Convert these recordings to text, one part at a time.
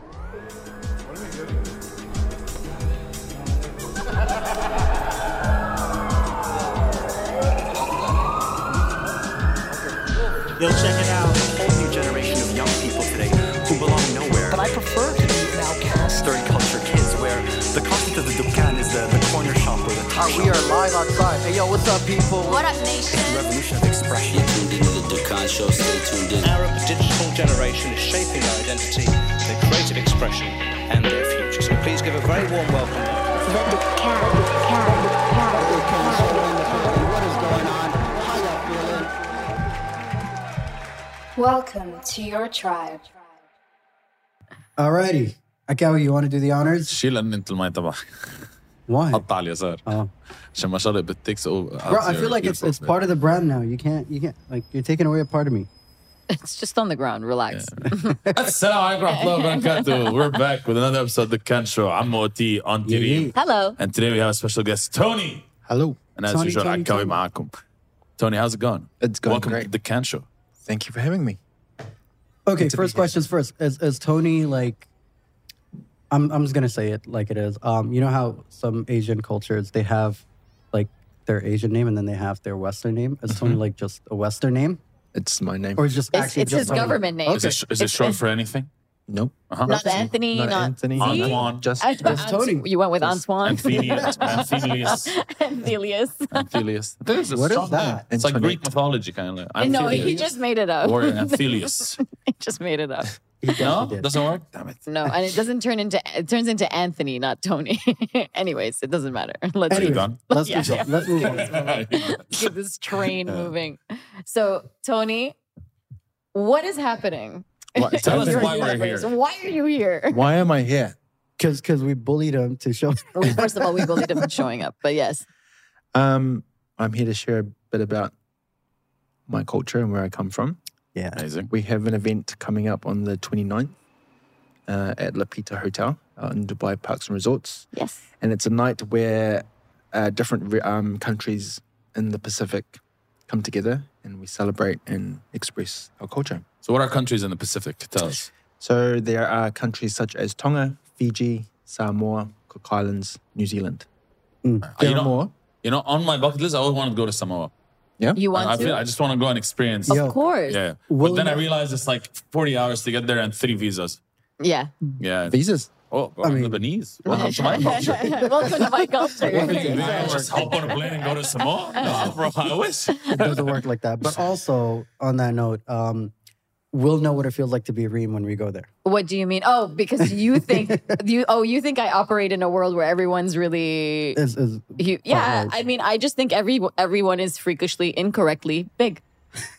What am I doing? Yo, check it out. A whole new generation of young people today who belong nowhere. But I prefer to be an outcast. Third culture kids where the concept of the Dukan is the, the corner shop or the top Uh, We are live outside. Hey, yo, what's up, people? What up, nation? revolution of expression. tuned into the Dukan show, stay tuned in. Arab digital generation is shaping their identity, their creative expression, and their future. So please give a very warm welcome. Welcome to your tribe. Alrighty. Akawa, you want to do the honors? شيل ان انت الماي تبعك Why? حط على اليسار Oh. عشان ما شرب التكس اوفر Bro, I feel like it's it's part of the brand now. You can't you can't like you're taking away a part of me. It's just on the ground. Relax. السلام عليكم ورحمه الله وبركاته we're back with another episode of the Can Show عمو تي انتي Yeah, ريم yeah. Hello. and today we have a special guest Tony Hello. and as Tony, usual Tony, عكاوي Tony. معاكم Tony how's it going It's going welcome great. to the Can Show Thank you for having me. Okay, to be first here. questions first. Is is Tony like I'm I'm just gonna say it like it is. Um, you know how some Asian cultures they have like their Asian name and then they have their Western name. Is Tony like just a Western name? It's my name. Or is just It's- actually it's just his Tony? government name. is Okay. it, sh- is it short for anything nope. uh-huh. Not Anthony. Not Not, Anthony. See? Antoine Just I- It's Ant- Tony. You went with Antoine. Anthelius Anthelius Anthelius. Anthelius There's a What is strong that? name. it's like Antoinette. Greek mythology kind of like no, he Anthelius. just made it up. or Anthelius he just made it up. no did. doesn't work damn it No, and it doesn't turn into it turns into Anthony, not Tony. Anyways, it doesn't matter. Let's Are you Anyway. gone Let's Yeah. move on. Let's move on. keep this train moving. So, Tony, what is happening? Why- tell us You're why in we're Universe. here. Why are you here? Why am I here? Cause cause we bullied him to show Well, First of all, we believe in showing up, but yes, Um, I'm here to share a bit about my culture and where I come from. Yeah. Amazing. We have an event coming up on the 29th uh, at Lapita Hotel out in Dubai Parks and Resorts. yes. and it's a night where uh, different re- um, countries in the Pacific come together and we celebrate and express our culture. So, what are countries in the Pacific? Tell us. So there are countries such as Tonga, Fiji, Samoa, Cook Islands, New Zealand. You Mm. There are know, more. you know, on my bucket list, I always want to go to Samoa. You I, I want feel, I to? just want to go and experience. Yo. Of course. Yeah. Well, but then I no. realized it's like 40 hours to get there and three visas. Yeah. Yeah. Visas. Oh, I I mean- mean, Lebanese. Welcome to my culture. Welcome to my culture. I just hop on a plane and go to Samoa? No, bro, I wish. it doesn't work like that. But also on that note, um, we'll know what it feels like to be Reem when we go there. What do you mean? Oh, because you think you oh you think I operate in a world where everyone's really Is is hu- yeah. large. I mean, I just think every everyone is freakishly incorrectly big.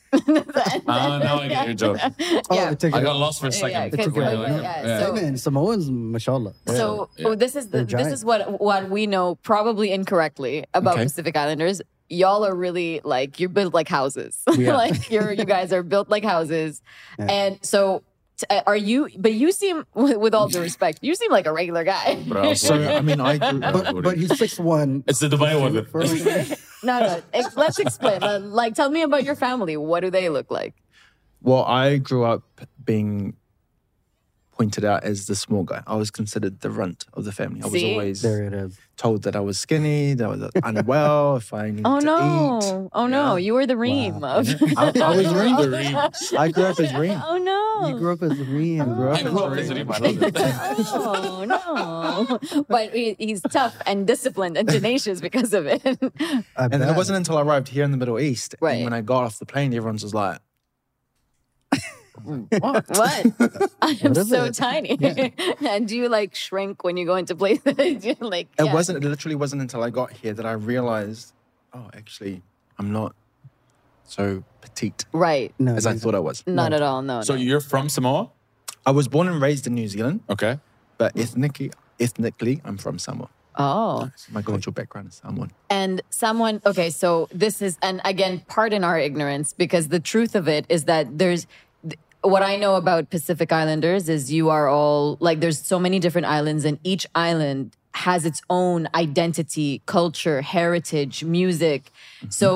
yeah, Ah, now I get your joke. oh, Yeah. I took I it got out. lost for a yeah, second. 'cause, Okay, like, like, yeah, yeah. so- Hey, man, Samoans, mashallah. So Yeah. oh, this is They're the, this giant. is what what we know probably incorrectly about Okay. Pacific Islanders. Y'all are really like you're built like houses. We are. like you're you guys are built like houses. Yeah. And so t- uh, are you? But you seem, with with all due respect, you seem like a regular guy. Bro, So I mean, I grew up. But but he's six one. It's the Dubai one. no, no. ex- Let's explain. Uh, Like, tell me about your family. What do they look like? Well, I grew up being pointed out as the small guy. I was considered the runt of the family. I was See? always there it is. told that I was skinny, that I was unwell, if I needed Oh to no! eat. Oh no! You were the ream Wow. of. I, I was Reem. reamed. The Reem. I grew up as reamed. Oh no! You grew up as Reem, bro. I grew up visiting. I love it. oh no! But he, he's tough and disciplined and tenacious because of it. I And then it bet. wasn't until I arrived here in the Middle East, and Right. when I got off the plane, everyone's just like, what? I am What is so it? tiny. and do you like shrink when you go into places? Do you, like it yeah. wasn't. It literally wasn't until I got here that I realized, oh, actually, I'm not so petite right. No, as I thought I was. Not at all. No. So, no. you're from Samoa? I was born and raised in New Zealand, Okay. but Mm. ethnically, ethnically, I'm from Samoa. oh, My cultural background is Samoan. and someone. Okay, so this is, and again, pardon our ignorance because the truth of it is that there's. th- What I know about Pacific Islanders is you are all like there's so many different islands, and each island has its own identity, culture, heritage, music. Mm-hmm. So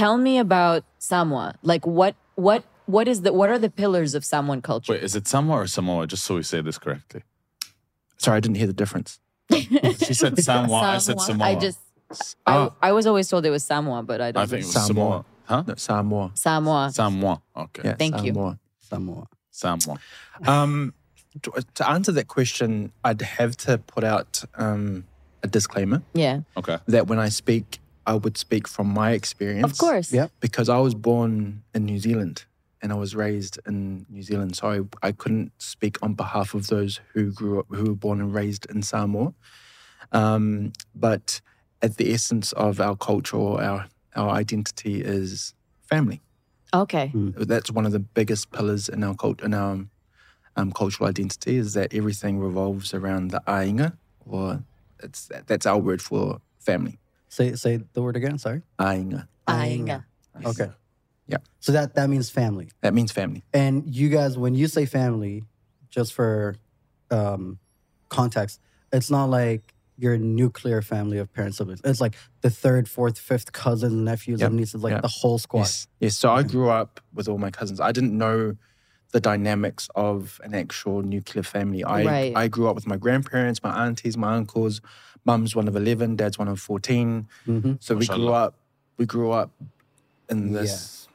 tell me about Samoa. Like what what what is the what are the pillars of Samoan culture? Wait, is it Samoa or Samoa? Just so we say this correctly. Sorry, I didn't hear the difference. She said Samoa. I said Samoa. I just, Oh. I, I was always told it was Samoa, but I don't I think it know. was Samoa. Huh? No, Samoa. Samoa. Samoa. Okay. Yeah, Thank you. Samoa. Samoa. Samoa. Um, to, to answer that question, I'd have to put out um, a disclaimer yeah, Okay. that when I speak, I would speak from my experience. of course. Yep. Because I was born in New Zealand and I was raised in New Zealand. So I, I couldn't speak on behalf of those who grew up, who were born and raised in Samoa. Um, but at the essence of our culture or our, our identity is family. Okay. that's one of the biggest pillars in our cult in our um, cultural identity is that everything revolves around the ainga, or it's that's our word for family. Say say the word again. Sorry. Ainga. Ainga. Okay. Yeah. So that that means family. That means family. And you guys, when you say family, just for um, context, it's not like your nuclear family of parents siblings. It's like the third, fourth, fifth cousins, nephews, Yep. and nieces, like Yep. the whole squad. Yes. Yes. So I grew up with all my cousins. I didn't know the dynamics of an actual nuclear family. I Right. I grew up with my grandparents, my aunties, my uncles. Mum's one of eleven, dad's one of fourteen. Mhm. So we grew Mashallah. up. We grew up in this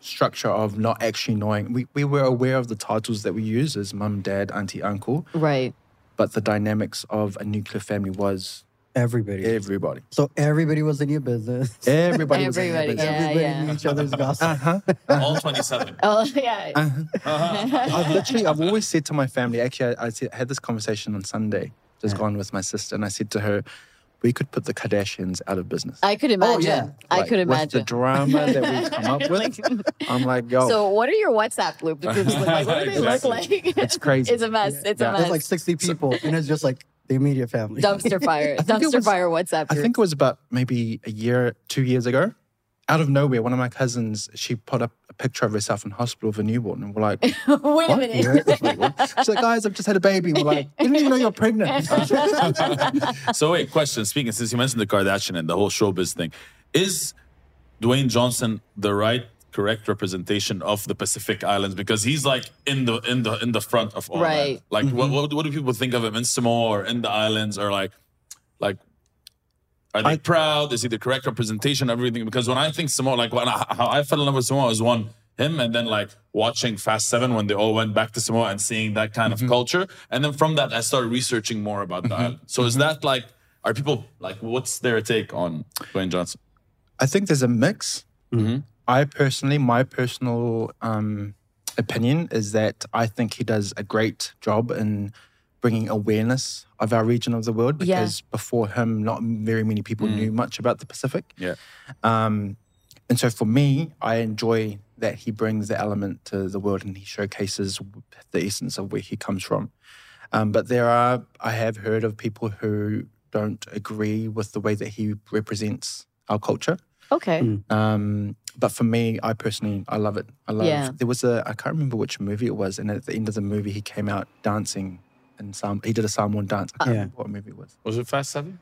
structure of not actually knowing. We we were aware of the titles that we use as mum, dad, auntie, uncle, Right. but the dynamics of a nuclear family was Everybody. everybody. so everybody was in your business. Eh, Everybody. was in Everybody. that business. Yeah, Everybody knew yeah. each other's gossip. All 27. Oh, yeah. Uh, Uh-huh. I've literally, I've always said to my family, actually, I, I said- had this conversation on Sunday, just gone with my sister, and I said to her, we could put the Kardashians out of business. I could imagine. I oh, Like, could With the imagine. drama that we've come up with, I'm like, yo, So, what are your WhatsApp loop groups look like? What do they look Exactly. like? it's crazy. It's a mess. It's Yeah. a There's mess. like 60 people, and it's just like the immediate family. dumpster fire. think it dumpster was- fire WhatsApp I group. think it was about maybe a year, two years ago. Out of nowhere, one of my cousins, she put up a picture of herself in hospital with a newborn, and we're like, Wait a what? minute. Wait, what? She's like, guys, I've just had a baby. We're like, you didn't even know you're pregnant. So wait, question. Speaking since you mentioned the Kardashian and the whole showbiz thing, is Dwayne Johnson the right correct representation of the Pacific Islands because he's like in the in the in the front of all that. Right. Like what, what what do people think of him in Samoa or in the islands or like like are they I- proud? Is he the correct representation? of Everything because when I think Samoa, like when I, how I fell in love with Samoa was one him, and then like watching Fast Seven when they all went back to Samoa and seeing that kind of culture, and then from that I started researching more about the island. So is that like are people like what's their take on Dwayne Johnson? I think there's a mix. I personally, my personal um, opinion is that I think he does a great job in bringing awareness of our region of the world Yeah. because before him, not very many people knew much about the Pacific. Yeah. Um, and so for me, I enjoy that he brings the element to the world and he showcases the essence of where he comes from. Um, but there are, I have heard of people who don't agree with the way that he represents our culture. okay. Um, but for me, I personally, I love it. I love. Yeah. There was a, I can't remember which movie it was, and at the end of the movie, he came out dancing, and some he did a Samoan dance. I can't Yeah. remember what movie it was. Was it Fast Seven?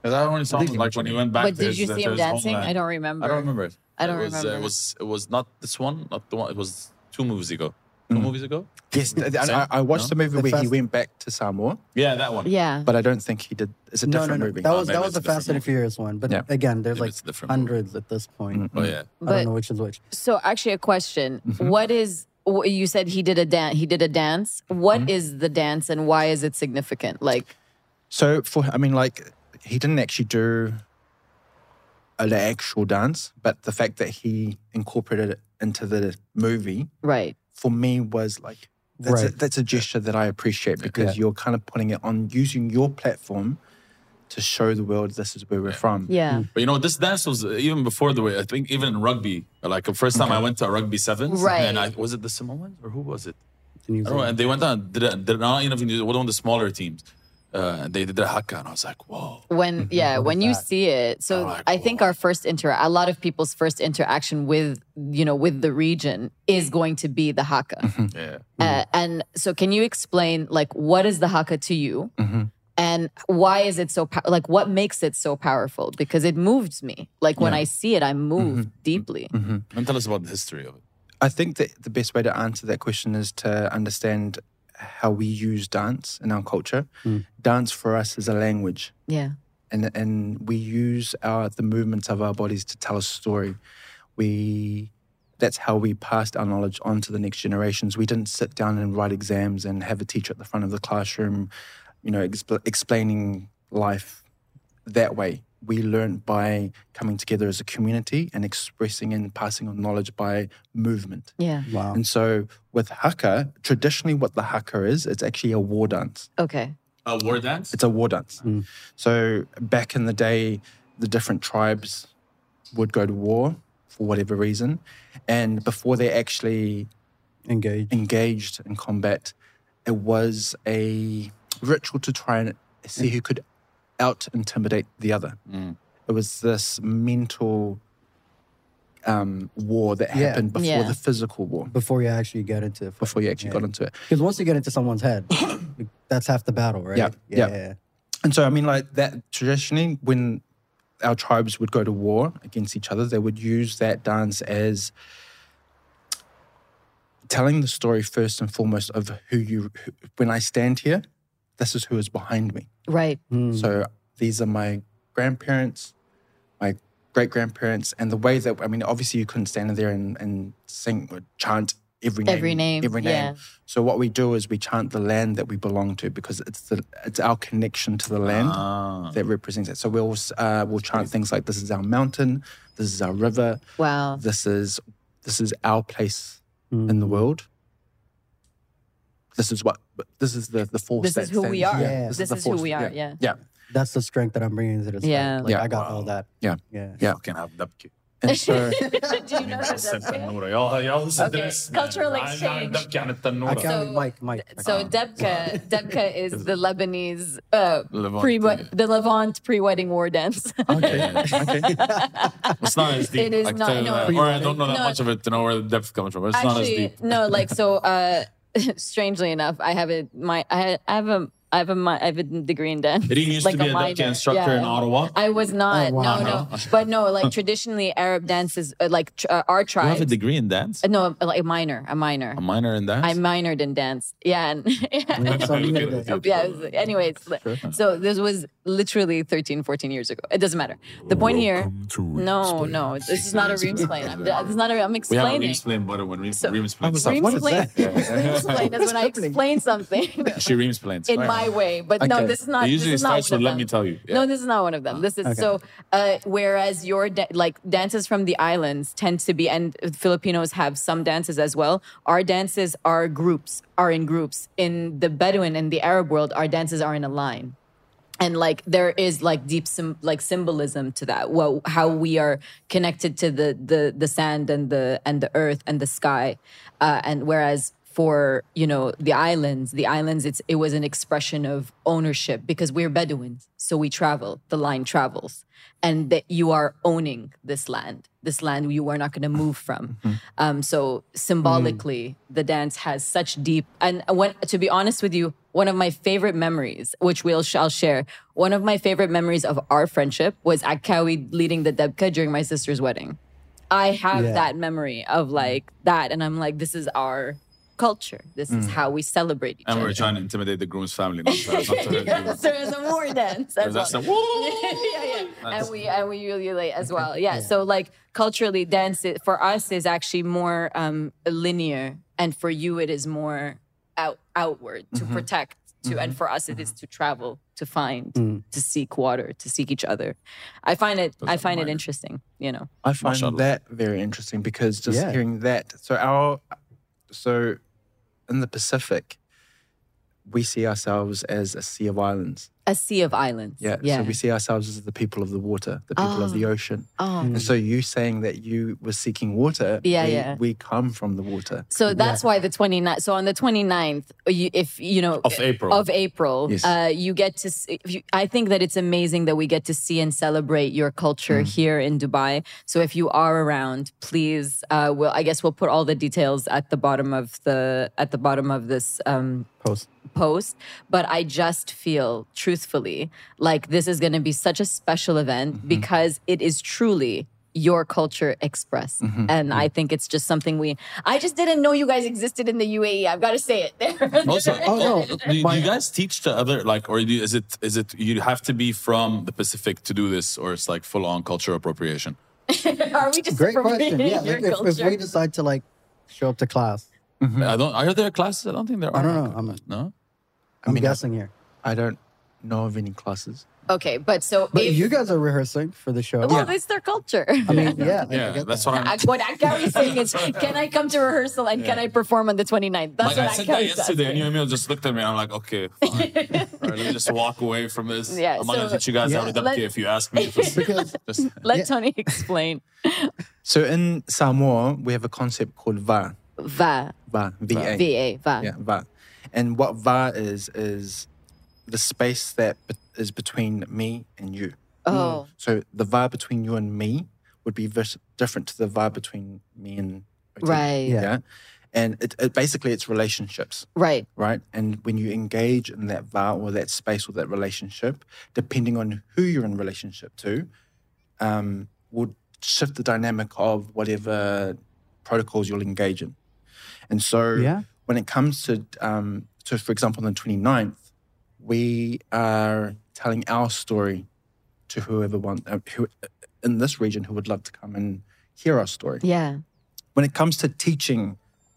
Because I only saw him like when he went back. But to did his- you to see him his dancing? homeland. I don't remember. I don't remember it. I don't it was, uh, remember. it was it was not this one, not the one. It was two movies ago. Mm. Two movies ago. Yes, th- and I, Sam? I watched the movie The where he first- went back to Samoa, Yeah, that one. Yeah. but I don't think he did. It's a No, different no, no. movie. That was maybe that was the it's a Fast different and the Furious one, but Yeah. again, there's Maybe like it's a different movie. hundreds at this point. Oh yeah. I But don't know which is which. so actually a question. Mm-hmm. What is wh- you said he did a dance he did a dance. What Mm-hmm. is the dance and why is it significant? Like So for I mean, like he didn't actually do an actual dance, but the fact that he incorporated it into the movie right. for me was like that's, a, Right. that's a gesture that I appreciate because Yeah. you're kind of putting it on using your platform to show the world this is where we're from. Yeah. But you know, this dance was uh, even before the way I think even in rugby. Like the first time I went to a rugby sevens, Right. And I was it the Samoans or who was it? Can you I don't know. And they went on. Did, a- did not even do one of the smaller teams. Uh, and they did their haka, and I was like, whoa. When Mm-hmm. yeah, when you see it. So like, I think whoa. our first inter a lot of people's first interaction with you know with the region is going to be the haka. Yeah. Mm-hmm. Uh, and so, can you explain like what is the haka to you, Mm-hmm. and why is it so pow- like what makes it so powerful? Because it moves me. Like when I see it, I'm moved Mm-hmm. deeply. Mm-hmm. And tell us about the history of it. I think that the best way to answer that question is to understand how we use dance in our culture. Mm. Dance for us is a language Yeah. and and we use our the movements of our bodies to tell a story. We that's how we passed our knowledge on to the next generations. We didn't sit down and write exams and have a teacher at the front of the classroom, you know, expl- explaining life that way. We learned by coming together as a community and expressing and passing on knowledge by movement. Yeah. Wow. And so with haka, traditionally what the haka is, it's actually a war dance. Okay. A Uh, war dance? It's a war dance. So back in the day, the different tribes would go to war for whatever reason. And before they actually Engage. engaged in combat, it was a ritual to try and see who could out intimidate the other. It was this mental um, war that Yeah. happened before Yeah. the physical war, Before you actually get into it. before you actually got into it. Because once you get into someone's head, that's half the battle, right? Yeah, Yeah. yeah. And so, I mean, like that traditionally, when our tribes would go to war against each other, they would use that dance as telling the story first and foremost of who you, who, when I stand here, this is who is behind me. Right. Hmm, Mm. So these are my grandparents, my great grandparents, and the way that I mean, obviously you couldn't stand there and, and sing or chant every name, Every name, every yeah. name. So what we do is we chant the land that we belong to because it's the it's our connection to the land Ah. that represents it. So we'll s- uh, we'll chant things like this is our mountain, this is our river, Wow. this is this is our place hmm. in the world. This is what this is the the force. This that is who we stands- are. Yeah. This, the is who force. we are. yeah. Yeah. yeah. That's the strength that I'm bringing to this. Yeah. Like, Yeah. I got all that. Yeah. Yeah. Yeah. Fucking have دبكة. And so Do you know that that's السبت النورة. يلا يلا سدرس. cultural عايز أعمل exchange. دبكة عن I التنورة. can't. Mike, Mike. I So can't. Debka, Debka is the Lebanese uh, Levant, pre yeah. the Levant pre-wedding war dance. It's not as deep. It is I can not- tell you no, that. it's- Or I don't know that no. much of it to know where the depth comes from. It's not as Actually, deep. no, like so. Uh, strangely enough, I have a my I I have a I have a mi- I have a degree in dance. Reem used to be a Debka minor. instructor in Yeah. Ottawa. I was not. Oh, wow. No, no. But no, like traditionally Arab dances, uh, like tr- uh, our You have a tribe. degree in dance? No, like a minor, a minor. A minor in dance? I minored in dance. Yeah. And, yeah. So you did it. Oh, yeah. it was- Anyways, so this was literally 13, 14 years ago. It doesn't matter. The point here. No, no. This is not a re-explain. I'm, this is not a, I'm we haven't explaining. explained what when Reem So- explains. like, what is Re-explain that? re-explain is when I explain something She Reem explains. in my way. But no, Okay. this is not. It usually this is not starts one with, of "Let them. me tell you." Yeah. No, this is not one of them. This is so. Uh, whereas your da- like dances from the islands tend to be, and Filipinos have some dances as well. Our dances are groups, are in groups. In the Bedouin and the Arab world, our dances are in a line and like there is like deep sym like symbolism to that well how we are connected to the the the sand and the and the earth and the sky uh, and whereas for you know the islands the islands it's it was an expression of ownership because we're bedouins so we travel the line travels and that you are owning this land this land you are not going to move from um, so symbolically the dance has such deep and when to be honest with you one of my favorite memories, which we'll shall share. One of my favorite memories of our friendship was Akawi leading the Debka during my sister's wedding. I have Yeah. that memory of like that, and I'm like, this is our culture. This is how we celebrate each And other. we're trying to intimidate the groom's family. not to- not to hurt you. yes, there is a more dance. as That's well. the- Woo! yeah, yeah. And we and we ululate as well. Yeah. So like culturally, dance i- for us is actually more um, linear, and for you it is more out outward to protect. To and for us it is to travel, to find, to seek water, to seek each other. I find it. I find it interesting. You know. I find Mashallah. that very interesting because just Yeah. hearing that. So our, so in the Pacific, we see ourselves as a sea of islands. A sea of islands. Yeah. Yeah. So we see ourselves as the people of the water, the people of the ocean. oh. And so you saying that you were seeking water. Yeah, we, yeah. We come from the water. So that's why the 29th. So on the 29th, you, if you know Of April. of April, Yes. uh, you get to. See, if you, I think that it's amazing that we get to see and celebrate your culture here in Dubai. So if you are around, please. Uh, we'll, I guess we'll put all the details at the bottom of the at the bottom of this um, Post. post, but I just feel truthfully like this is going to be such a special event because it is truly your culture expressed. And I think it's just something we. I just didn't know you guys existed in the UAE. I've got to say it there. Also, Oh, no. do, do you guys teach to other like, or do you, is it is it you have to be from the Pacific to do this, or it's like full on cultural appropriation? Are we just Great appropriating question. Yeah, like your if, if we culture? decide to like show up to class, I don't. Are there classes? I don't think there are. I don't know. I'm, No. I'm mean, I- guessing here. I don't know of any classes. Okay, but so But if, you guys are rehearsing for the show. well, it's their culture. I mean, yeah, I- I Yeah, get that. that's what I'm. I- what Akari's saying is, can I come to rehearsal and can I perform on the 29th? That's like I what said that Akari's yesterday, and asking. your email just looked at me. and I'm like, okay, fine. All right, let me just walk away from this. Yeah, I'm not gonna so- teach you guys how to Yeah. dunk if you ask me. Just, because just, Let Tony explain. So in Samoa, we have a concept called VA. Va, VA. V-A. V-A, va. Yeah, VA. And what VA is, is the space that be- is between me and you. Oh, So the VA between you and me would be vis- different to the VA between me and Mm. OT. right, Yeah. And it, it basically it's relationships, right. right? And when you engage in that VA or that space or that relationship, depending on who you're in relationship to, um, would shift the dynamic of whatever protocols you'll engage in. And so Yeah. when it comes to um, to for example on the 29th, we are telling our story to whoever want uh, who in this region who would love to come and hear our story Yeah, when it comes to teaching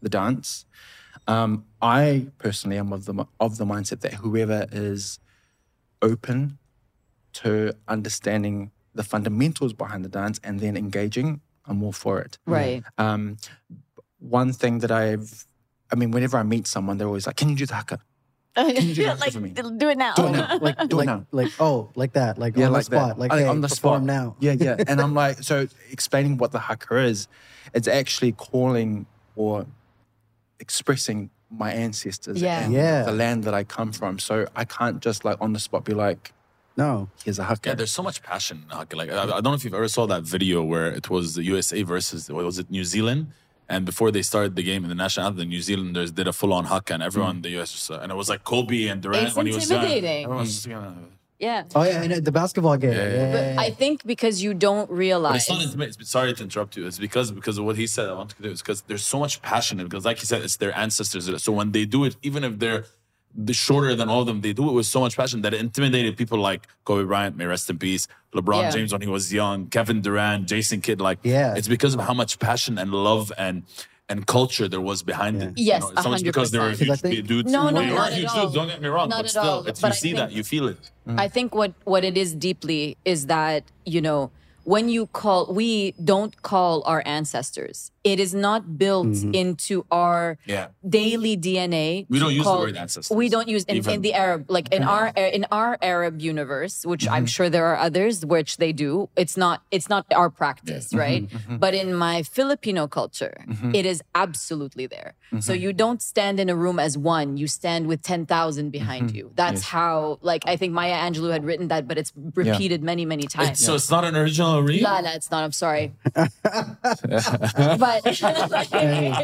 the dance, um, I personally am of the of the mindset that whoever is open to understanding the fundamentals behind the dance and then engaging, I'm all for it. right. Um, one thing that I've, I mean, whenever I meet someone, they're always like, "Can you do the haka?" you do that like, for me? do it now. Do it now. like, Do it like, now. like, oh, like that, like on the spot, that. like Oh, yeah, hey, perform now. Yeah, yeah. And I'm like, so explaining what the haka is, it's actually calling or expressing my ancestors Yeah. and Yeah. the land that I come from. So I can't just like on the spot be like, No, here's a haka. yeah, there's so much passion. in hockey. Like I, I don't know if you've ever saw that video where it was the USA versus what was it New Zealand, and before they started the game in the national anthem, the New Zealanders did a full on haka, and everyone in the US was, uh, and it was like Kobe and Durant It's when he was intimidating. Everyone was just, uh, Yeah. oh yeah, and uh, the basketball game. Yeah, yeah, But yeah. I think because you don't But realize. it's not intimate. Sorry to interrupt you. It's because because of what he said. I want to do is because there's so much passion. in it. Because like he said, it's their ancestors. So when they do it, even if they're the shorter than all of them, they do it with so much passion that it intimidated people like Kobe Bryant, may rest in peace, LeBron Yeah. James when he was young, Kevin Durant, Jason Kidd. Like Yeah. it's because of how much passion and love and and culture there was behind it. Yes, it's not much because there were 100%. huge 'Cause I think- dudes. No, no, Well, you not are at huge all. dudes. Don't get me wrong, Not but at still, all, it's, but you I see that, think- you feel it. I think what what it is deeply is that you know when you call we don't call our ancestors. It is not built into our Yeah. daily DNA. We to don't use the call- word ancestors. We don't use in, in Even. the Arab like in our in our Arab universe, which I'm Mm-hmm. sure there are others which they do. It's not it's not our practice, right? Mm-hmm. But in my Filipino culture, it is absolutely there. So Mm-hmm. you don't stand in a room as one, you stand with 10,000 behind Mm-hmm. you. That's how like I think Maya Angelou had written that, but it's repeated many many times. So it's not an original read. La la, it's not. I'm sorry, but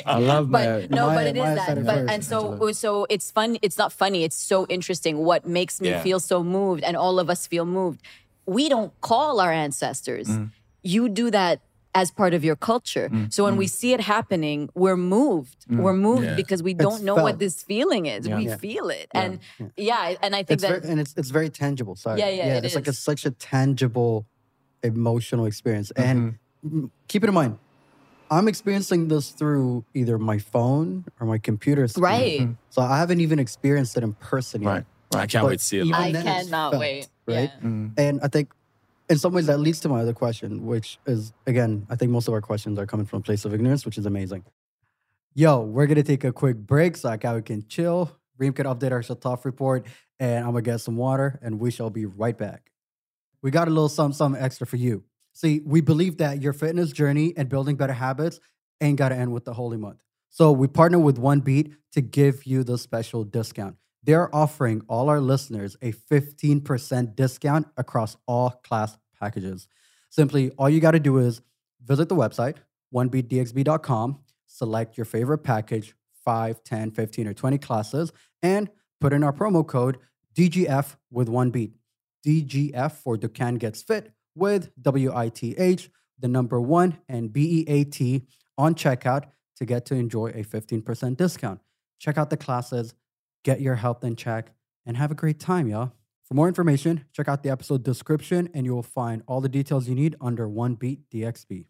I love but no, Maya- but it is Maya said that. it But first, and so so it's fun. It's not funny. It's so interesting. What makes me Yeah. feel so moved, and all of us feel moved. We don't call our ancestors. Mm. You do that as part of your culture. So when we see it happening, we're moved. We're moved Mm. Yeah. because we don't know what felt. this feeling is. We Yeah. feel it, and yeah. and I think it's that very, and it's it's very tangible. Sorry, Yeah, yeah, it it's like is. it's such a tangible, emotional experience. And Mm-hmm. mm, keep it in mind, I'm experiencing this through either my phone or my computer screen. right. So I haven't even experienced it in person yet. Right. Mm-hmm, I can't But wait to see it. even I then it's cannot felt, wait. Right. Yeah. And I think in some ways that leads to my other question, which is again, I think most of our questions are coming from a place of ignorance, which is amazing. Yo, we're gonna take a quick break so Akawi can chill. Reem can update our Shataf report, and I'm gonna get some water, and we shall be right back. We got a little something, something extra for you. See, we believe that your fitness journey and building better habits ain't gotta end with the holy month. So we partner with One Beat to give you the special discount. They're offering all our listeners a 15% discount across all class packages. Simply, all you got to do is visit the website, onebeatdxb.com, select your favorite package, 5, 10, 15, or 20 classes, and put in our promo code DGF with one beat. DGF for Dukan Gets Fit with W I T H the number one and BEAT on checkout to get to enjoy a 15% discount. Check out the classes, get your health in check, and have a great time, y'all. For more information, check out the episode description and you will find all the details you need under One Beat DXB.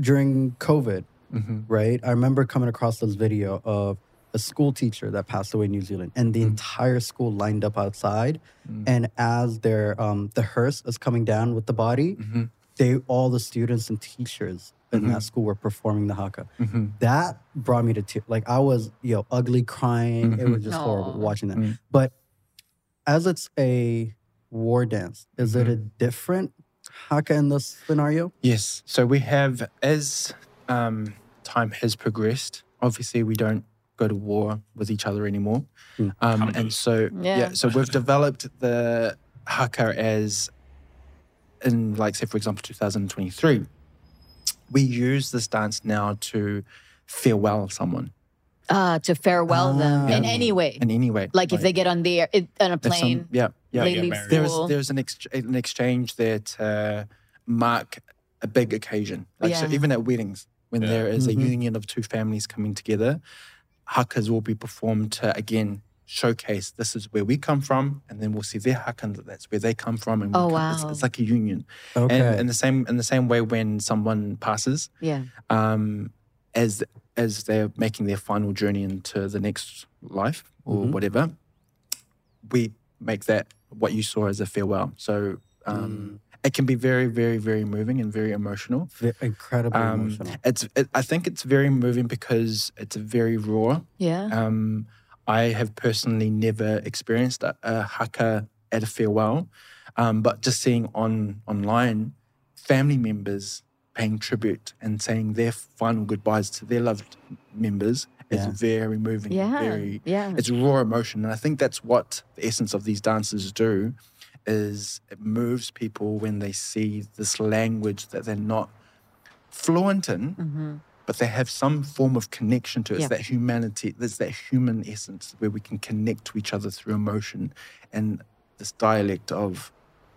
During COVID, mm-hmm, right? I remember coming across this video of a school teacher that passed away in New Zealand, and the entire school lined up outside. And as their um, the hearse is coming down with the body, Mm. mm-hmm, they all the students and teachers in that school were performing the haka. mm-hmm. That brought me to tears. Like I was, you know, ugly crying. It Mm-hmm. was just horrible Aw. watching that. Mm. But as it's a war dance, is it Mm-hmm. a different haka in this scenario? Yes. So we have, as um, time has progressed, obviously we don't go to war with each other anymore. Um, and so, yeah. Yeah. so we've developed the haka as, in like, say, for example, 2023, we use this dance now to farewell someone uh, to farewell them in Yeah. any way. in any way. Like if they get on the air, it, on a Ah. if some- plane, yeah, yeah. they get leave married. There is school. there's an ex- an exchange there to mark a big occasion. Like so, Yeah. Mm-hmm. even at weddings, when Yeah. there is Mhm. a union of two families coming together, hakas will be performed to again showcase this is where we come from, and then we'll see their haka and that's where they come from. And we Oh, come- it's, wow. it's like a union. Okay. And in the same in the same way, when someone passes, yeah. um, as as they're making their final journey into the next life or whatever, we make that what you saw as a farewell. So um, it can be very, very, very moving and very emotional. Ve- incredibly Um, emotional. it's it, I think it's very moving because it's very raw. Yeah. Um, I have personally never experienced a, a haka at a farewell, um, but just seeing on online family members paying tribute and saying their final goodbyes to their loved members Yeah. is very moving. Yeah, very, yeah. It's raw emotion, and I think that's what the essence of these dances do. Is it moves people when they see this language that they're not fluent in, Mm-hmm. but they have some form of connection to it. It's Yeah. that humanity, there's that human essence where we can connect to each other through emotion and this dialect of,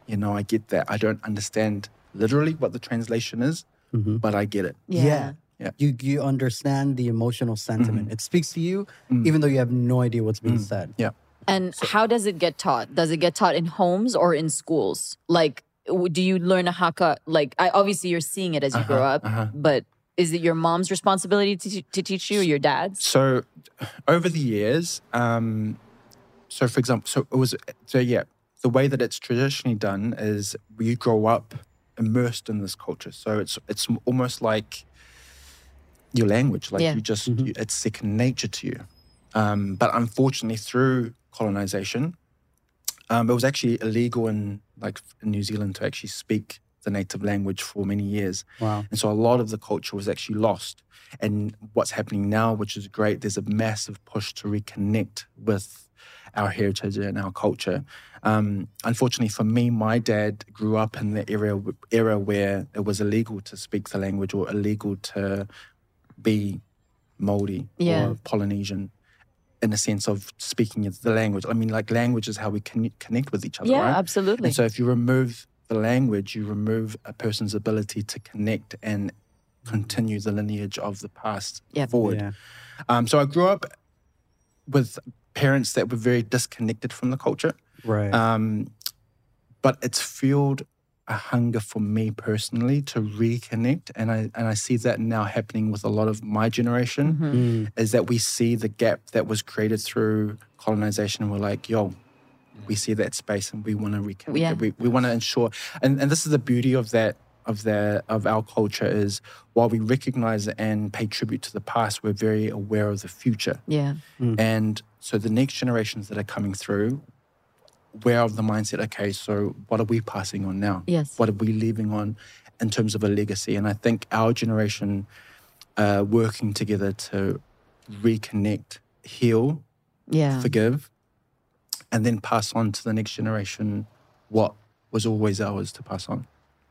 you know, I get that. I don't understand literally what the translation is, but I get it. yeah. Yeah. Mm-hmm. You you understand the emotional sentiment. It speaks to you, Mm. even though you have no idea what's being said. Yeah. And how does it get taught? Does it get taught in homes or in schools? Like, w- do you learn a haka? Like, I, obviously you're seeing it as you Uh-huh, grow up, but is it your mom's responsibility to, te- to teach you or your dad's? So over the years, um, so for example, so it was, so yeah, the way that it's traditionally done is you grow up immersed in this culture. So it's, it's almost like your language, like Yeah. you just, you, it's second nature to you. Um, but unfortunately, through colonization, um, it was actually illegal in like in New Zealand to actually speak the native language for many years. Wow. And so a lot of the culture was actually lost. And what's happening now, which is great, there's a massive push to reconnect with our heritage and our culture. Um, unfortunately for me, my dad grew up in the era era where it was illegal to speak the language or illegal to be Maori Yeah. or Polynesian in a sense of speaking the language. I mean, like language is how we con- connect with each other, Yeah, right? absolutely. And so if you remove the language, you remove a person's ability to connect and continue the lineage of the past Yep. forward. Yeah. Um, so I grew up with parents that were very disconnected from the culture, Right. um, but it's fueled a hunger for me personally to reconnect, and I and I see that now happening with a lot of my generation Mm-hmm. Mm. is that we see the gap that was created through colonization and we're like, yo, we see that space and we want to reconnect. Yeah. it. We, we want to ensure and, and this is the beauty of that of the of our culture is while we recognize and pay tribute to the past, we're very aware of the future. yeah. And so the next generations that are coming through, we're of the mindset, okay, so what are we passing on now? Yes. What are we leaving on in terms of a legacy? And I think our generation uh, working together to reconnect, heal, Yeah. forgive, and then pass on to the next generation what was always ours to pass on.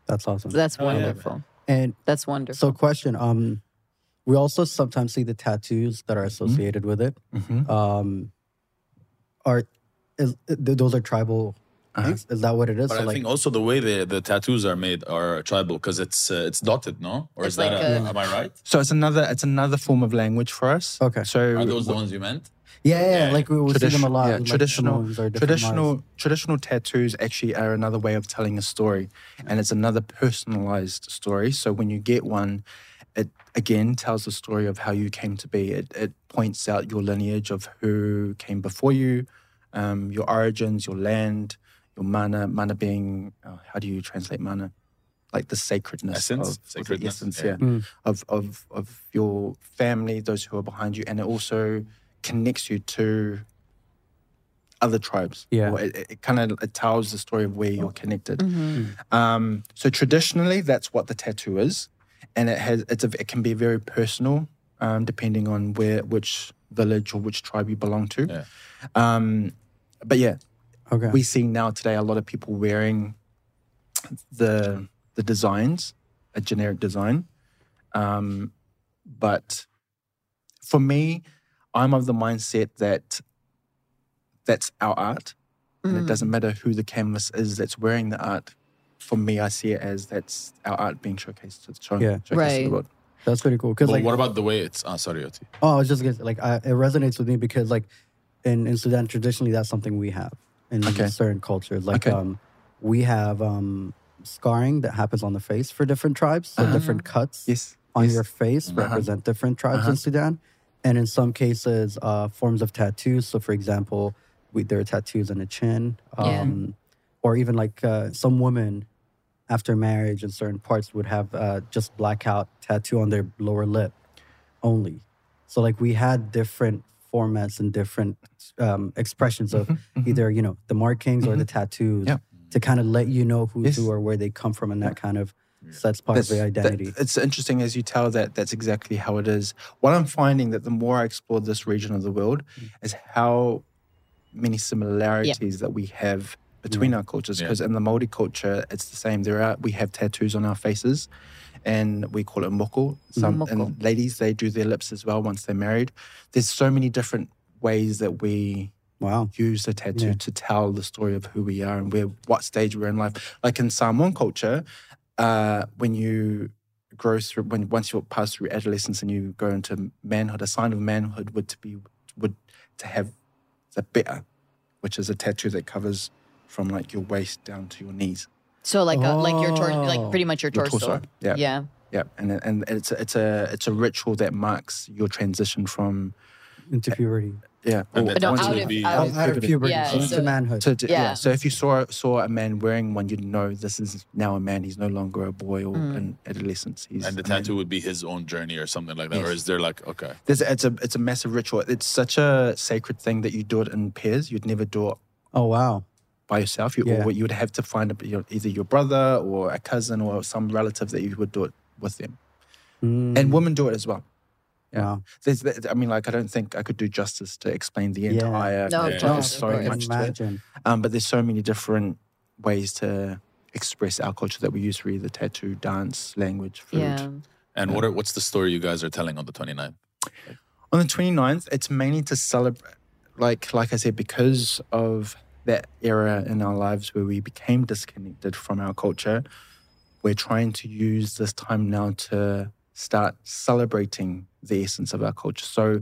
That's awesome. That's Oh, wonderful. and That's wonderful. so, question. Um, we also sometimes see the tattoos that are Mm-hmm. associated with it. Um, are is th- those are tribal Uh-huh. Thanks. Is that what it is? But So, I like, think also the way the, the tattoos are made are tribal because it's uh, it's dotted, no? Or is It's like that a, a- am I right? So it's another it's another form of language for us. Okay. So Are those the ones you meant? yeah, yeah, yeah, like we, we see them a tradition- lot. yeah, like, traditional, Samoans or different traditional, Maoris. traditional tattoos actually are another way of telling a story, and it's another personalized story. So when you get one, it again tells the story of how you came to be. It it points out your lineage of who came before you, um, your origins, your land, your mana. Mana being oh, how do you translate mana? Like the sacredness, Essence? of or the Sacredness, essence, yeah. yeah of of of your family, those who are behind you, and it also connects you to other tribes. Yeah. Or it kind of it tells the story of where you're connected. Mm-hmm. Um, so traditionally, that's what the tattoo is, and it has it's a, it can be very personal, um, depending on where which village or which tribe you belong to. Yeah. Um, but yeah, Okay. we see now today a lot of people wearing the the designs, a generic design. Um, but for me, I'm of the mindset that that's our art, and Mm. Mm-hmm. it doesn't matter who the canvas is that's wearing the art. For me, I see it as that's our art being showcased to the, show, Yeah. showcased to the Right. world. That's pretty cool. Cause Well, like, what about the way it's? Ah, sorry, Yoti. oh, I was just gonna say, like, I, it resonates with me because like, in, in Sudan traditionally that's something we have in Okay. certain cultures. Like, Okay. um, we have um scarring that happens on the face for different tribes, Uh-huh. so different cuts. Yes. on yes. your face Uh-huh. represent different tribes in Uh-huh. Sudan, and in some cases, uh, forms of tattoos. So, for example, we, there are tattoos on the chin, Yeah. um, or even like uh, some women after marriage in certain parts would have uh, just blackout tattoo on their lower lip only. So, like we had different formats and different um, expressions of either you know the markings or the tattoos Mm-hmm. Yeah. to kind of let you know who's Yes. who or where they come from, and that kind of sets part of That's- their that- identity. it's interesting as you tell that that's exactly how it is. What I'm finding that the more I explore this region of the world Mm. is how many similarities that we have between Mm. our cultures. Yeah. Because in the Maori culture, it's the same. There are we have tattoos on our faces, and we call it Mm. moko. Some and ladies they do their lips as well once they're married. There's so many different ways that we wow. use the tattoo Yeah. to tell the story of who we are and where what stage we're in life. Like in Samoan culture, uh, when you grow through when once you pass through adolescence and you go into manhood, a sign of manhood would to be would to have the beta, which is a tattoo that covers from like your waist down to your knees. So like a, like your torso, Oh. like pretty much your Your torso. torso, yeah. Yeah. Yeah, and and it's a, it's a it's a ritual that marks your transition from into puberty. yeah And or- that No, once out would of- be- out of- Out of puberty, Yeah, into so- manhood. to, to- yeah. Yeah. So if you saw saw a man wearing one, you'd know this is now a man. He's no longer a boy or Mm. an adolescent. He's And the a man. tattoo would be his own journey or something like that, or Yes. is there like okay? There's, it's a it's a massive ritual. It's such a sacred thing that you do it in pairs. You'd never do it oh wow, by yourself. You Yeah. or you would have to find a, you know, either your brother or a cousin or some relative that you would do it with them. Mm, And women do it as well. Yeah. wow. There's, I mean, like I don't think I could do justice to explain the Yeah. entire. No, culture. totally. There's so Right. much to it. imagine. Um, but there's so many different ways to express our culture that we use through the tattoo, dance, language, food. Yeah. And what are, what's the story you guys are telling on the 29th? On the 29th, it's mainly to celebrate, like like I said, because of that era in our lives where we became disconnected from our culture. We're trying to use this time now to start celebrating the essence of our culture. So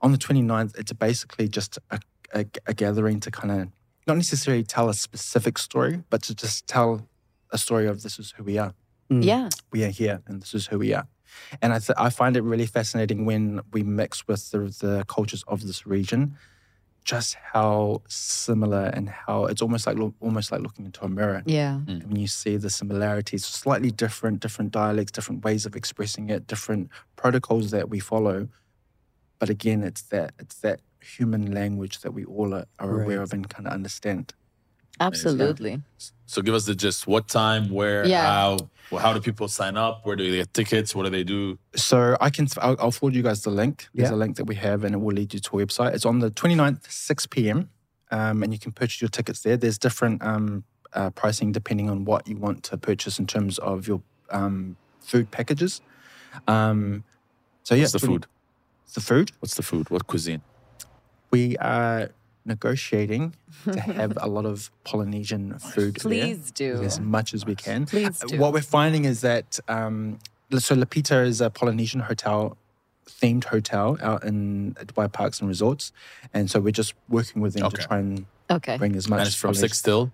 on the 29th, it's basically just a, a, a gathering to kind of not necessarily tell a specific story, but to just tell a story of this is who we are Yeah. we are here and this is who we are. And I, th- I find it really fascinating when we mix with the, the cultures of this region, just how similar and how it's almost like lo- almost like looking into a mirror. Yeah. When you see the similarities, slightly different, different dialects, different ways of expressing it, different protocols that we follow. But again, it's that it's that human language that we all are, are Right. aware of and kind of understand. Absolutely. So give us the gist. What time? Where? Yeah. How? Well, how do people sign up? Where do they get tickets? What do they do? So I can, I'll, I'll forward you guys the link. There's Yeah. a link that we have and it will lead you to a website. It's on the 29th, 6 p.m. Um, and you can purchase your tickets there. There's different um, uh, pricing depending on what you want to purchase in terms of your um, food packages. Um, so yeah, What's the 20 food? The food. What's the food? What cuisine? We are negotiating to have a lot of Polynesian food. there Please do. as much as we can. Please Uh, do. What we're finding is that um, so Lapita is a Polynesian hotel themed hotel out in Dubai Parks and Resorts, and so we're just working with them Okay. to try and Okay. bring as much. And it's from Polynesian- six till.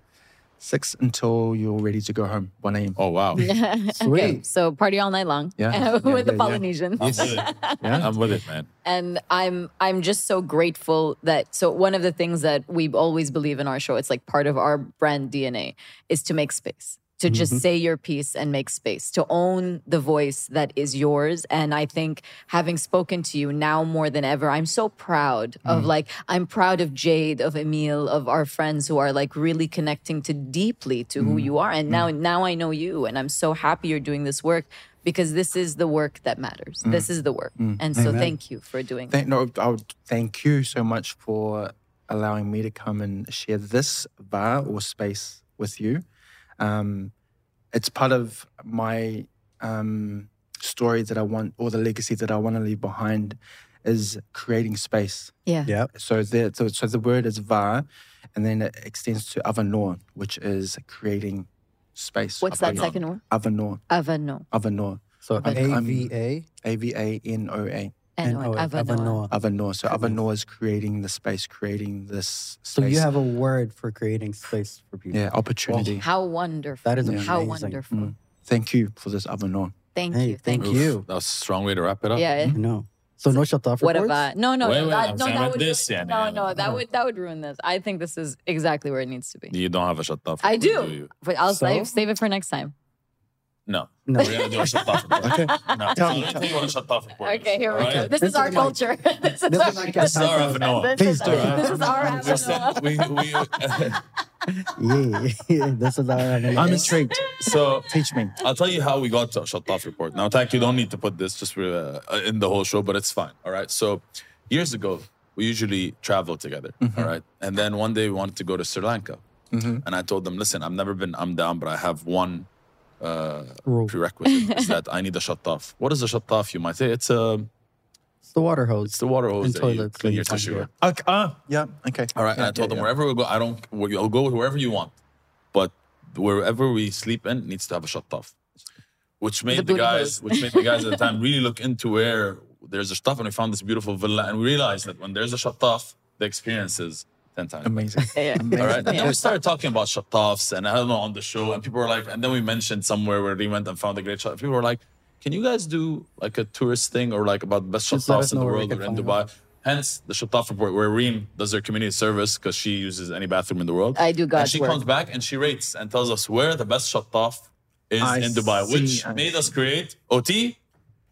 six until you're ready to go home, one a.m. Oh wow. Okay, so party all night long Yeah. with Yeah, the yeah, yeah. Polynesians. I'm with it. Yeah. I'm with it, man. and i'm i'm just so grateful that so one of the things that we always believe in our show it's like part of our brand dna is to make space to just say your piece and make space to own the voice that is yours and i think having spoken to you now more than ever i'm so proud of like i'm proud of jade of emil of our friends who are like really connecting to deeply to who you are and now now i know you and i'm so happy you're doing this work because this is the work that matters. This is the work. And so thank you for doing that. Thank, no, I would thank you so much for allowing me to come and share this bar or space with you. Um, it's part of my um, story that I want, or the legacy that I want to leave behind, is creating space. Yeah. Yeah. So, the, so, so the word is var, and then it extends to avanor, which is creating space. What's that second one? Avanor, Avano. avanor, So I'm- Uh, A V A A V A N O A. and And oh, O Avano. Avanoa. Avanor. So Avanor is creating the space, creating this So space. you have a word for creating space for people. yeah opportunity. How wonderful. That is How amazing. wonderful. Thank you for this Avanor. Thank Hey, you. Thank, thank you. Oof, You. Mm. That was a strong way to wrap it up. Yeah. I know. So no shut off What reports. about no no Wait, no wait, that, I'm no saying that with would this, yeah, no yeah, no yeah. that would that would ruin this. I think this is exactly where it needs to be. You don't have a shut off. I report, do, you? but I'll So? save save it for next time. No. No. We're gonna do a shut off. Okay. No. Tell me. Tell me what a shut off. report is, Okay, here we all go. right? This, is our culture. this is our my- This is our Avanoa. This Please is do our- it. This is our We said- Avanoa. we- we- Yeah, this is our. I'm intrigued. So Teach me. I'll tell you how we got to a shut off report. Now, thank you. Don't need to put this just for, uh, in the whole show, but it's fine. All right. So years ago, we usually traveled together. all right. And then one day we wanted to go to Sri Lanka. Mm-hmm. And I told them, listen, I've never been, I'm down, but I have one uh, Rule. prerequisite is that I need a shut off. What is a shut off? You might say it's a, It's the water it's hose. the water hose And that you toilets clean and your stuff, tissue yeah. with. Okay. Ah, yeah. Okay. All right. and I told them wherever we go, I don't. we- I'll go wherever you want, but wherever we sleep in needs to have a shut off, which made The the, booty guys, hose. which made the guys at the time really look into where there's a shut off, and we found this beautiful villa, and we realized that when there's a shut off, the experience is ten times. better. Amazing. Yeah. Amazing. All right. And then we started talking about shut offs, and I don't know on the show, and people were like, and then we mentioned somewhere where we went and found a great shut. People were like, can you guys do like a tourist thing or like about the best shut Just let offs us in the know where we world can or in find Dubai? Hence the shut off report where Reem does her community service because she uses any bathroom in the world. I do And God's she work. comes back and she rates and tells us where the best shut off is I in Dubai, see, which I made see. us create OT.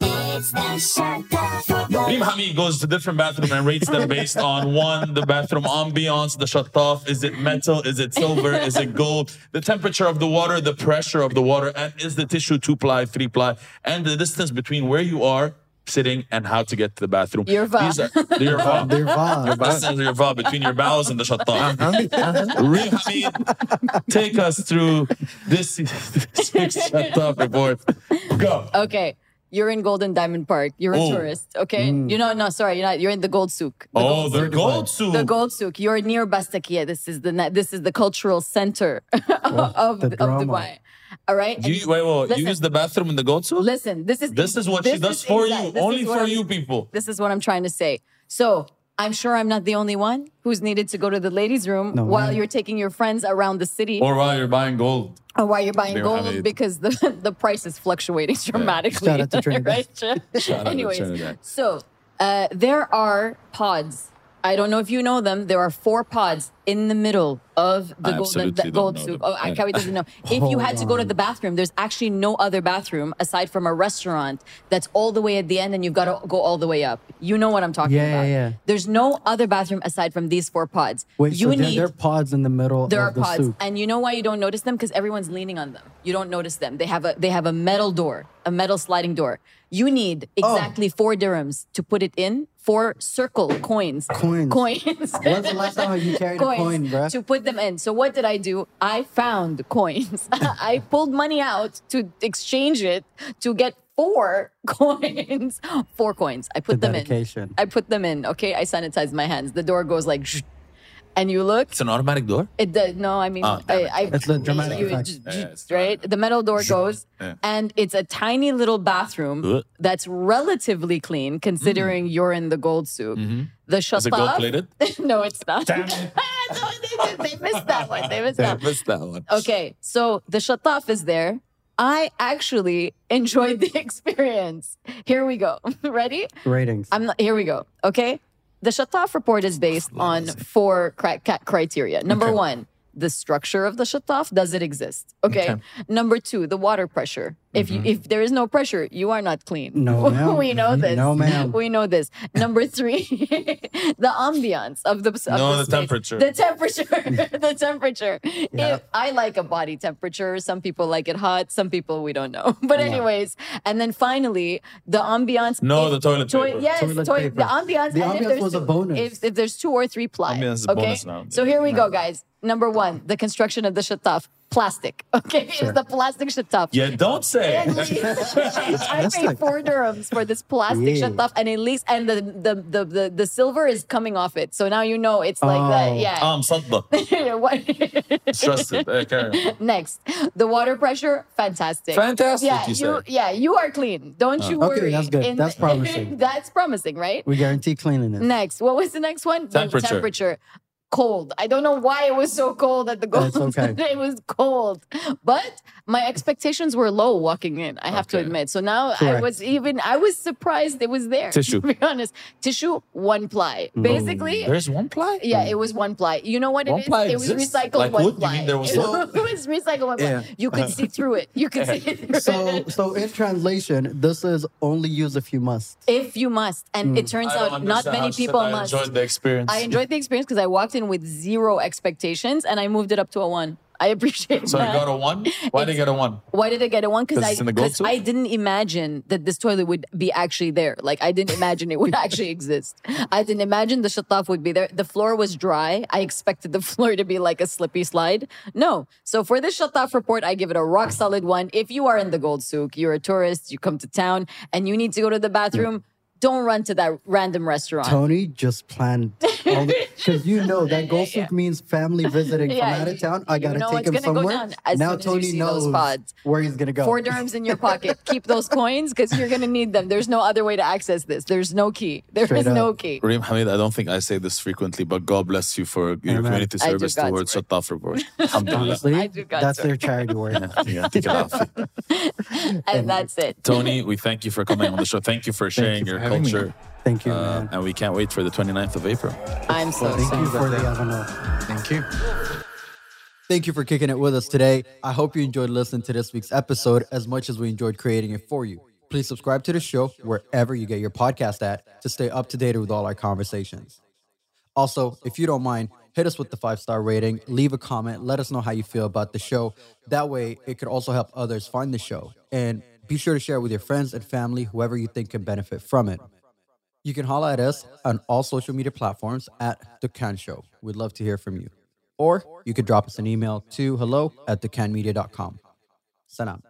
Reem Hamid goes to different bathroom and rates them based on one, the bathroom ambiance, the shut off. Is it metal? Is it silver? Is it gold? The temperature of the water, the pressure of the water, and is the tissue two ply, three ply, and the distance between where you are sitting and how to get to the bathroom. Your va. These are your va. They're fine. Distance of your va Uh-huh. between your bowels and the shut off. Reem Hamid, take us through this six shut off report. Go. Okay. You're in Golden Diamond Park. You're a Oh. tourist. Okay. You're not, no, sorry. You're not, you're in the Gold Souk. The Oh, the Souk. gold soup. The Gold Souk. You're near Bastakia. This is the, na- this is the cultural center of, the of drama. Dubai. All right. And Oh, You, wait, wait, listen, you use the bathroom in the gold soup? listen, this is, This is what she this does is for exact- you, this only is what for I'm- you people. This is what I'm trying to say. So I'm sure I'm not the only one who's needed to go to the ladies' room No while way. you're taking your friends around the city Or while you're buying gold. or Oh, why you're buying They're gold having it. because the, the price is fluctuating dramatically. Shout out to Trinidad. Right, Jen? out to Anyways, Trinidad. so uh, there are pods. I don't know if you know them. There are four pods in the middle of the I golden absolutely the don't gold know soup. them. Oh, I Akawi doesn't know. If you had to go to the bathroom, there's actually no other bathroom aside from a restaurant that's all the way at the end, and you've got to go all the way up. You know what I'm talking Yeah, about. yeah, yeah. There's no other bathroom aside from these four pods. Wait, you so there, need there are pods in the middle there of are the pods, soup. and you know why you don't notice them? Because everyone's leaning on them. You don't notice them. They have a they have a metal door, a metal sliding door. You need Oh. exactly four dirhams to put it in. Four circle coins. Coins. Coins. When's the last time you carried a coin, coins bruh? to put them in. So what did I do? I found coins. I pulled money out to exchange it to get four coins. Four coins. I put The them in. dedication. I put them in. Okay, I sanitized my hands. The door goes like, zzzz. and you look, It's an automatic door. it does, no, I mean, Ah, damn I, it. I, That's the dramatic you- effect. j- Yeah, j- yeah, it's right? The metal door goes, Yeah. and it's a tiny little bathroom Ugh. Mm. that's relatively clean considering you're in the gold suit. The shop Mm-hmm. Is it gold plated? no, it's not. no, they, they missed that one. They missed that one. missed that one. Okay, so the shataf is there. I actually enjoyed the experience. Here we go. Ready? ratings. I'm not, here we go. Okay. The Shataf report is based on four cri- ca- criteria. Number one, the structure of the Shataf does it exist? Okay. Okay. Number two, the water pressure. If you, if there is no pressure, you are not clean. Mm-hmm. No, ma'am. Mm-hmm. we know this. No, ma'am. We know this. Number three, the ambiance of the of No, the space. temperature. The temperature. the temperature. Yeah. If I like a body temperature. Some people like it hot. Some people we don't know. But anyways, and then finally the ambiance. No, if- the toilet Toi- paper. Yes, Toilet toi- paper. the ambiance. The and if ambiance there's was a two- bonus. If, if there's two or three ply. Ambiance is a okay? bonus now. So here we go, guys. Number one, the construction of the shataf. Plastic. Okay, it's the plastic shataf. Yeah, don't say. And it. leaves. I paid four dirhams for this plastic Yeah. shataf, and it leaks, and the the, the the the silver is coming off it. So now you know it's like Oh. that. Yeah. Um, صدق. What- Trust it. Uh, carry on. Next, the water pressure, fantastic. Fantastic, Yeah, you Oh. you, say. yeah, you are clean. Don't you Okay, worry. that's good. That's promising. that's promising, right? we guarantee cleanliness. Next, what was the next one? The Temperature. temperature. Cold. I don't know why it was so cold at the gold. That's okay. it was cold, but my expectations were low walking in. I have to Okay. admit. So now I Correct. was even. I was surprised it was there. Tissue. To be honest, tissue one ply. Basically, There's one ply. yeah, it was one ply. You know what it One is? ply It was exists? recycled Like one wood? You ply. mean there was it, no- was, recycled one ply. Yeah. You could see through it. You could see through So, it. so in translation, this is only use if you must. If you must, and Hmm. it turns out not many people I must. enjoyed the experience. I enjoyed the experience because I walked in with zero expectations and I moved it up to a one. I appreciate So I that. got a one. Why did I get a one? Why did I get a one? 'Cause Because I, it's in the gold 'cause suit? I didn't imagine that this toilet would be actually there. Like I didn't imagine it would actually exist. I didn't imagine the shataf would be there. The floor was dry. I expected the floor to be like a slippy slide. No. So for this shataf report, I give it a rock solid one. If you are in the gold souk, you're a tourist, you come to town, and you need to go to the bathroom. Don't run to that random restaurant. Tony just planned because you know that gold souk means family visiting Yeah, from out of town. I you gotta know take it's him gonna go somewhere. down as now soon as you Tony see those knows pods. where he's gonna go. Four dirhams in your pocket. Keep those coins because you're going to need them. There's no other way to access this. There's no key. There is Straight up. no key. Reem Hamid, I don't think I say this frequently, but God bless you for your Amen. community I do service God's towards work. Shataf report. Alhamdulillah. Honestly, I do got that's to. their charity work. Yeah, take it off. And that's it. Tony, we thank you for coming on the show. Thank you for sharing you your for having me. culture. Thank you, Uh, man. and we can't wait for the 29th of April. I'm so Thank sorry. you for the avenue. Thank you. Thank you for kicking it with us today. I hope you enjoyed listening to this week's episode as much as we enjoyed creating it for you. Please subscribe to the show wherever you get your podcast at to stay up to date with all our conversations. Also, if you don't mind, hit us with the five star rating, leave a comment, let us know how you feel about the show. That way, it could also help others find the show. And be sure to share with your friends and family, whoever you think can benefit from it. You can holler at us on all social media platforms at The Can Show. We'd love to hear from you. Or you could drop us an email to hello at thecanmedia.com. Salam.